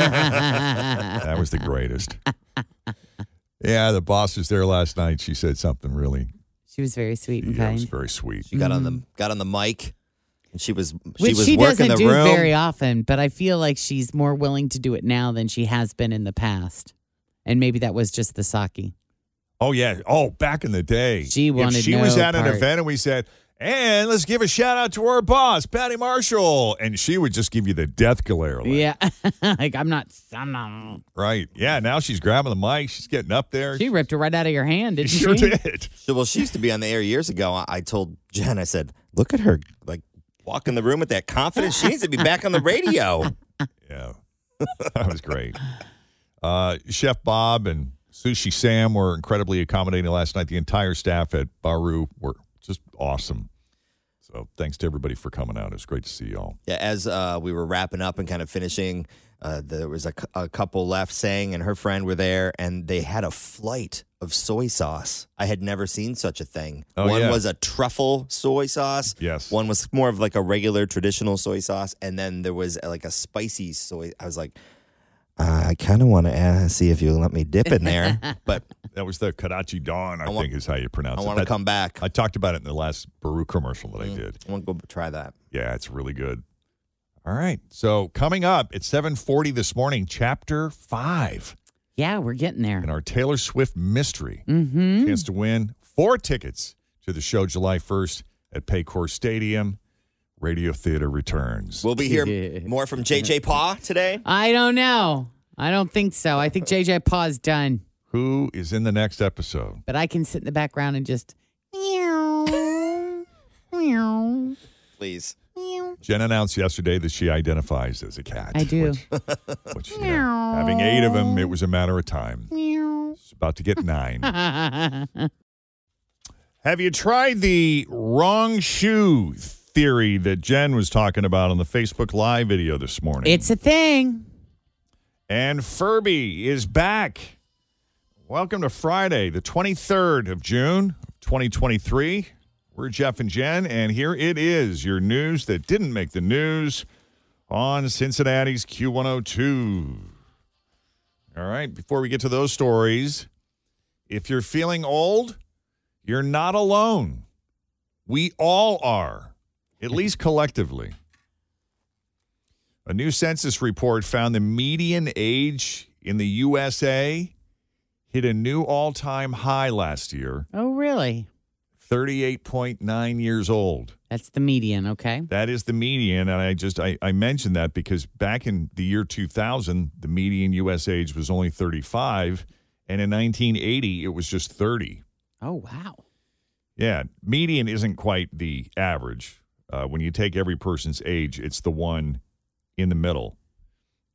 [SPEAKER 2] that was the greatest. Yeah, the boss was there last night. She said something really
[SPEAKER 3] She was very sweet and
[SPEAKER 2] yeah, it was
[SPEAKER 3] kind.
[SPEAKER 2] very sweet.
[SPEAKER 4] She got on the got on the mic, and she was she
[SPEAKER 3] Mm. Which
[SPEAKER 4] was
[SPEAKER 3] she doesn't
[SPEAKER 4] working the
[SPEAKER 3] do
[SPEAKER 4] room.
[SPEAKER 3] very often, but I feel like she's more willing to do it now than she has been in the past. And maybe that was just the sake.
[SPEAKER 2] Oh yeah. Oh, back in the day,
[SPEAKER 3] She
[SPEAKER 2] If
[SPEAKER 3] wanted
[SPEAKER 2] she was
[SPEAKER 3] no
[SPEAKER 2] at an
[SPEAKER 3] part.
[SPEAKER 2] event, and we said, "And let's give a shout out to our boss, Patty Marshall," and she would just give you the death glare. like,
[SPEAKER 3] Yeah. [LAUGHS] like I'm not I'm not
[SPEAKER 2] Right. Yeah. Now she's grabbing the mic. She's getting up there. [LAUGHS]
[SPEAKER 3] She ripped it right out of your hand,
[SPEAKER 4] [LAUGHS]
[SPEAKER 3] didn't she?
[SPEAKER 2] did.
[SPEAKER 4] So, well, she used to be on the air years ago. I, I told Jen, I said, look at her, like walk in the room with that
[SPEAKER 2] [LAUGHS]
[SPEAKER 3] [LAUGHS]
[SPEAKER 4] confidence. She needs to be back on the radio.
[SPEAKER 2] Yeah. That was great. Uh, Chef Bob and Sushi Sam were incredibly accommodating last night. The entire staff at Baru were just awesome. So thanks to everybody for coming out. It was great to see y'all.
[SPEAKER 4] Yeah, as uh, we were wrapping up and kind of finishing, uh, there was a, cou- a couple left saying, and her friend were there, and they had a flight of soy sauce. I had never seen such a thing.
[SPEAKER 2] Oh,
[SPEAKER 4] One
[SPEAKER 2] yeah.
[SPEAKER 4] was a truffle soy sauce.
[SPEAKER 2] Yes.
[SPEAKER 4] One was more of like a regular traditional soy sauce, and then there was uh, like a spicy soy. I was like, uh, I kind of want to ask, see if you'll let me dip
[SPEAKER 2] [LAUGHS]
[SPEAKER 4] in there, but
[SPEAKER 2] That was the Karachi Dawn, I,
[SPEAKER 4] wa-
[SPEAKER 2] think is how you pronounce
[SPEAKER 4] I
[SPEAKER 2] it.
[SPEAKER 4] wanna
[SPEAKER 2] That-
[SPEAKER 4] come Mm. back.
[SPEAKER 2] I talked about it in the last Baru commercial that I did.
[SPEAKER 4] I want to go try that.
[SPEAKER 2] Yeah, it's really good. All right. So coming up at 7:40 this morning, chapter 5.
[SPEAKER 3] Yeah, we're getting there.
[SPEAKER 2] In our Taylor Swift mystery.
[SPEAKER 3] Mm-hmm.
[SPEAKER 2] Chance to win four tickets to the show July 1st at Paycor Stadium. Radio Theater returns.
[SPEAKER 4] We'll
[SPEAKER 2] [LAUGHS]
[SPEAKER 4] be here more from JJ Paw today.
[SPEAKER 3] I don't know. I don't think so. I think JJ Paw's done,
[SPEAKER 2] Who is in the next episode?
[SPEAKER 3] but I can sit in the background and just meow, meow.
[SPEAKER 4] Please.
[SPEAKER 2] Jen announced yesterday that she identifies as a cat.
[SPEAKER 3] I do.
[SPEAKER 2] Which, you know, having eight of them, it was a matter of time. It's about to get nine.
[SPEAKER 3] [LAUGHS]
[SPEAKER 2] Have you tried the wrong shoe theory that Jen was talking about on the Facebook Live video this morning?
[SPEAKER 3] [LAUGHS] it's a thing.
[SPEAKER 2] and Furby is back. Welcome to Friday, the 23rd of June, 2023. We're Jeff and Jen, and here it is your news that didn't make the news on Cincinnati's Q102. All right, before we get to those stories, if you're feeling old, you're not alone. We all are, at least collectively. A new census report found the median age in the USA hit a new all time high last year
[SPEAKER 3] Oh, really?
[SPEAKER 2] 38.9 years old.
[SPEAKER 3] That's the median, okay?
[SPEAKER 2] That is the median. And I just, I, I mentioned that because back in the year 2000, the median US age was only 35. And in 1980, it was just 30.
[SPEAKER 3] Oh, wow.
[SPEAKER 2] Yeah, median isn't quite the average. Uh, when you take every person's age, it's the one in the middle.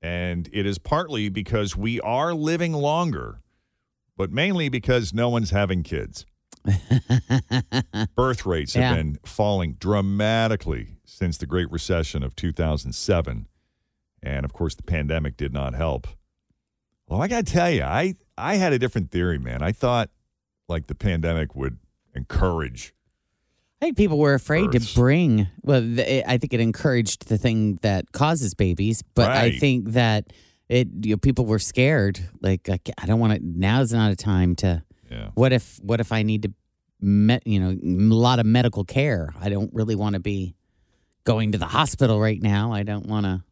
[SPEAKER 2] And it is partly because we are living longer, but mainly because no one's having kids. Birth rates have
[SPEAKER 3] Yeah.
[SPEAKER 2] been falling dramatically since the Great Recession of 2007. And of course, the pandemic did not help. Well, I got to tell you, I, I had a different theory, man. I thought like the pandemic would encourage.
[SPEAKER 3] I think people were afraid
[SPEAKER 2] Births.
[SPEAKER 3] to bring. Well, th- I think it encouraged the thing that causes babies, but I
[SPEAKER 2] Right.
[SPEAKER 3] think that it you know, people were scared. Like I, ca- I don't want to. Now's not a time to.
[SPEAKER 2] Yeah.
[SPEAKER 3] What if? What if I need to? Me, you know, a lot of medical care. I don't really want to be going to the hospital right now. I don't want to.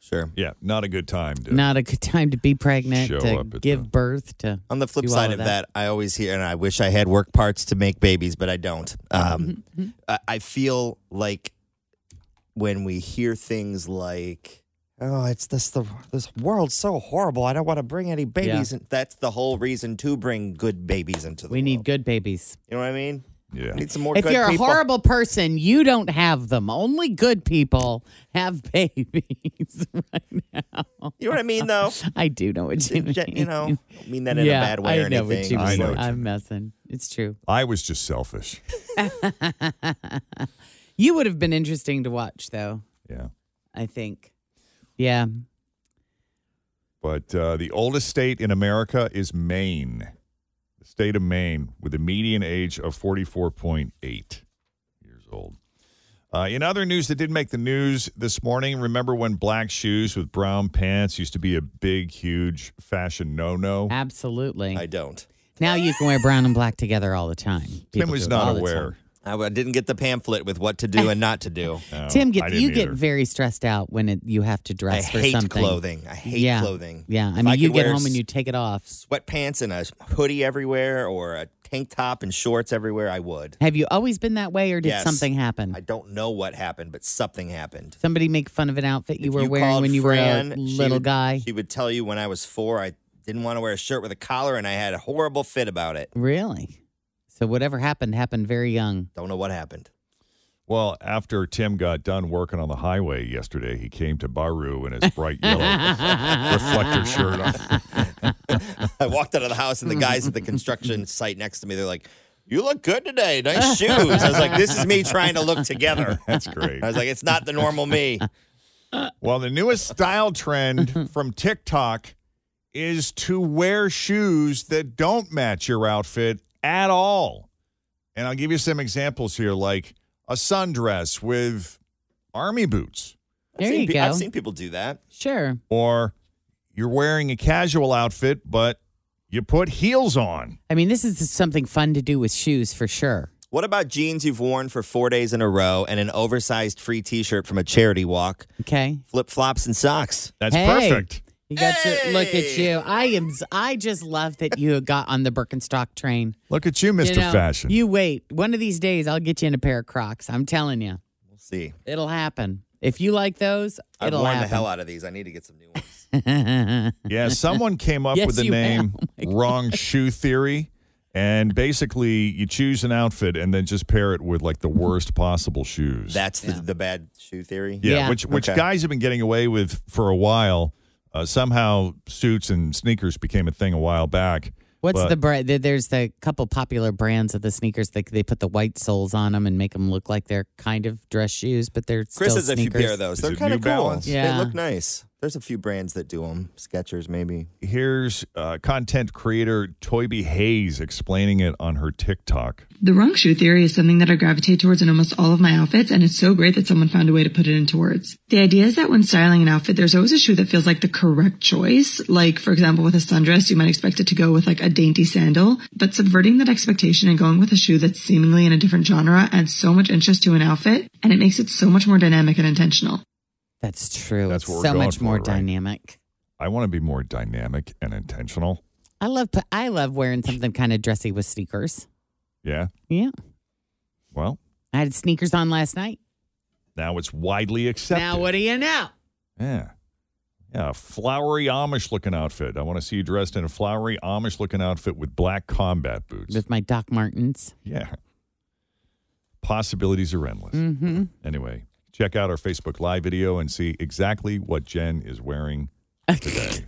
[SPEAKER 4] Sure.
[SPEAKER 2] Yeah, not a good time to.
[SPEAKER 3] Not a good time to be pregnant.
[SPEAKER 2] Show
[SPEAKER 3] to
[SPEAKER 2] up at
[SPEAKER 3] give birth. To
[SPEAKER 4] On the flip
[SPEAKER 3] do all
[SPEAKER 4] side of that. I always hear, and I wish I had work parts to make babies, but I don't.
[SPEAKER 3] [LAUGHS]
[SPEAKER 4] Um,
[SPEAKER 3] Mm-hmm.
[SPEAKER 4] I, I feel like when we hear things like, "Oh, it's this the this world's so horrible. I don't want to bring any babies," in that's the whole reason to bring good babies into the.
[SPEAKER 3] We need good babies.
[SPEAKER 4] You know what I mean?
[SPEAKER 2] Yeah.
[SPEAKER 4] Need some more.
[SPEAKER 3] If
[SPEAKER 4] good
[SPEAKER 3] you're
[SPEAKER 4] people.
[SPEAKER 3] a horrible person, you don't have them. Only good people have [LAUGHS] babies right now.
[SPEAKER 4] [LAUGHS] You know what I mean, though?
[SPEAKER 3] [LAUGHS] I do know what you mean.
[SPEAKER 4] J- you know, I don't mean that in a
[SPEAKER 3] Yeah,
[SPEAKER 4] bad way
[SPEAKER 3] I
[SPEAKER 4] or
[SPEAKER 3] know
[SPEAKER 4] anything.
[SPEAKER 3] What you
[SPEAKER 2] I
[SPEAKER 3] mean.
[SPEAKER 2] know what you
[SPEAKER 3] I'm messing. It's true.
[SPEAKER 2] I was just selfish.
[SPEAKER 3] You would have been interesting to watch, though.
[SPEAKER 2] Yeah.
[SPEAKER 3] I think. Yeah.
[SPEAKER 2] But uh, the oldest state in America is Maine, the state of Maine, with a median age of 44.8 years old. Uh, in other news that did make the news this morning, remember when black shoes with brown pants used to be a big, huge fashion no no?
[SPEAKER 3] Absolutely.
[SPEAKER 4] I don't.
[SPEAKER 3] now you can wear brown and black together all the time.
[SPEAKER 2] Tim
[SPEAKER 3] People
[SPEAKER 2] was
[SPEAKER 3] do it all
[SPEAKER 2] not
[SPEAKER 3] the time.
[SPEAKER 2] aware.
[SPEAKER 4] I w- I didn't get the pamphlet with what to do and not to do.
[SPEAKER 2] No,
[SPEAKER 3] Tim,
[SPEAKER 2] I
[SPEAKER 3] get,
[SPEAKER 2] didn't
[SPEAKER 3] you get
[SPEAKER 2] either.
[SPEAKER 3] very stressed out when it, you have to
[SPEAKER 4] I
[SPEAKER 3] dress for
[SPEAKER 4] hate
[SPEAKER 3] something.
[SPEAKER 4] clothing. I hate
[SPEAKER 3] yeah.
[SPEAKER 4] clothing.
[SPEAKER 3] Yeah. I
[SPEAKER 4] If
[SPEAKER 3] mean, you
[SPEAKER 4] could
[SPEAKER 3] get
[SPEAKER 4] wear
[SPEAKER 3] home and you take it off.
[SPEAKER 4] sweatpants and a hoodie everywhere or a tank top and shorts everywhere, I would.
[SPEAKER 3] Have you always been that way, or did
[SPEAKER 4] Yes.
[SPEAKER 3] something happen?
[SPEAKER 4] I don't know what happened, but something happened.
[SPEAKER 3] Somebody make fun of an outfit you
[SPEAKER 4] If
[SPEAKER 3] were wearing
[SPEAKER 4] called
[SPEAKER 3] when you were a
[SPEAKER 4] Fran, she
[SPEAKER 3] little
[SPEAKER 4] would-
[SPEAKER 3] guy?
[SPEAKER 4] She would tell you when I was four, I didn't want to wear a shirt with a collar and I had a horrible fit about it.
[SPEAKER 3] Really? So whatever happened happened very
[SPEAKER 4] [LAUGHS]
[SPEAKER 3] young.
[SPEAKER 4] Don't know what happened.
[SPEAKER 2] Well, after Tim got done working on the
[SPEAKER 3] [LAUGHS]
[SPEAKER 2] highway yesterday, he came to Baru in his bright yellow reflector shirt [LAUGHS] on.
[SPEAKER 4] I walked out of the house, and the guys at
[SPEAKER 3] [LAUGHS]
[SPEAKER 4] the construction site next to me, they're like, "You look good today. Nice shoes." I was like, "This is me trying to look together."
[SPEAKER 2] That's great.
[SPEAKER 4] I was like, "It's not the normal me."
[SPEAKER 2] Well, the newest style
[SPEAKER 3] [LAUGHS]
[SPEAKER 2] trend from TikTok is to wear shoes that don't match your outfit at all. And I'll give you some examples here, like a sundress with army boots,
[SPEAKER 3] There
[SPEAKER 4] I've seen
[SPEAKER 3] you
[SPEAKER 4] I've
[SPEAKER 3] go.
[SPEAKER 4] seen people do that.
[SPEAKER 3] Sure.
[SPEAKER 2] or you're wearing a casual outfit, but you put heels on.
[SPEAKER 3] I mean, this is something fun to do with shoes for sure.
[SPEAKER 4] What about jeans you've worn for four days in a row and an oversized free T-shirt from a charity walk,
[SPEAKER 3] Okay.
[SPEAKER 4] flip flops and socks?
[SPEAKER 2] That's
[SPEAKER 3] Hey. perfect. You got to look at you. I am. I just love that you got on the Birkenstock train,
[SPEAKER 2] Look at you, Mr.
[SPEAKER 3] You know,
[SPEAKER 2] Fashion.
[SPEAKER 3] You wait. One of these days, I'll get you in a pair of Crocs. I'm telling you,
[SPEAKER 4] We'll see.
[SPEAKER 3] it'll happen. If you like those,
[SPEAKER 4] I've
[SPEAKER 3] it'll
[SPEAKER 4] worn
[SPEAKER 3] happen.
[SPEAKER 4] the hell out of these. I need to get some new ones.
[SPEAKER 3] [LAUGHS]
[SPEAKER 2] yeah, someone came up
[SPEAKER 3] Yes,
[SPEAKER 2] with the
[SPEAKER 3] you have. Oh
[SPEAKER 2] name wrong shoe theory. And basically, you choose an outfit and then just pair it with like
[SPEAKER 3] Mm-hmm.
[SPEAKER 2] the worst possible shoes.
[SPEAKER 4] That's the, the bad shoe theory.
[SPEAKER 2] Yeah, which which
[SPEAKER 4] Okay.
[SPEAKER 2] guys have been getting away with for a while. Uh, somehow suits and sneakers became a thing a while back.
[SPEAKER 3] What's
[SPEAKER 2] But
[SPEAKER 3] the brand? There's the couple popular brands of the sneakers that they put the white soles on them and make them look like they're kind of dress shoes, but they're
[SPEAKER 4] Chris
[SPEAKER 3] still
[SPEAKER 4] has a few
[SPEAKER 3] sneakers.
[SPEAKER 4] pair of those.
[SPEAKER 2] Is
[SPEAKER 4] They're
[SPEAKER 2] it
[SPEAKER 4] kind
[SPEAKER 2] New
[SPEAKER 4] of cool.
[SPEAKER 2] Balance?
[SPEAKER 3] Yeah.
[SPEAKER 4] They look nice. There's a few brands that do them. Skechers, maybe.
[SPEAKER 2] here's uh, content creator Toyby Hayes explaining it on her TikTok.
[SPEAKER 16] The wrong shoe theory is something that I gravitate towards in almost all of my outfits, and it's so great that someone found a way to put it into words. The idea is that when styling an outfit, there's always a shoe that feels like the correct choice. Like, for example, with a sundress, you might expect it to go with like a dainty sandal, but subverting that expectation and going with a shoe that's seemingly in a different genre adds so much interest to an outfit, and it makes it so much more dynamic and intentional.
[SPEAKER 3] That's true.
[SPEAKER 2] That's
[SPEAKER 3] It's
[SPEAKER 2] what we're
[SPEAKER 3] so
[SPEAKER 2] going
[SPEAKER 3] much
[SPEAKER 2] for,
[SPEAKER 3] more
[SPEAKER 2] right?
[SPEAKER 3] dynamic.
[SPEAKER 2] I want to be more dynamic and intentional.
[SPEAKER 3] I love. pu- I love wearing something kind of dressy with sneakers.
[SPEAKER 2] Yeah.
[SPEAKER 3] Yeah,
[SPEAKER 2] Well,
[SPEAKER 3] I had sneakers on last night.
[SPEAKER 2] now it's widely accepted.
[SPEAKER 3] Now what do you know?
[SPEAKER 2] Yeah. Yeah, a flowery Amish looking outfit. I want to see you dressed in a flowery Amish looking outfit with black combat boots.
[SPEAKER 3] With my Doc Martens.
[SPEAKER 2] Yeah. Possibilities are endless.
[SPEAKER 3] Mm-hmm. [LAUGHS]
[SPEAKER 2] Anyway, check out our Facebook live video and see exactly what Jen is wearing today.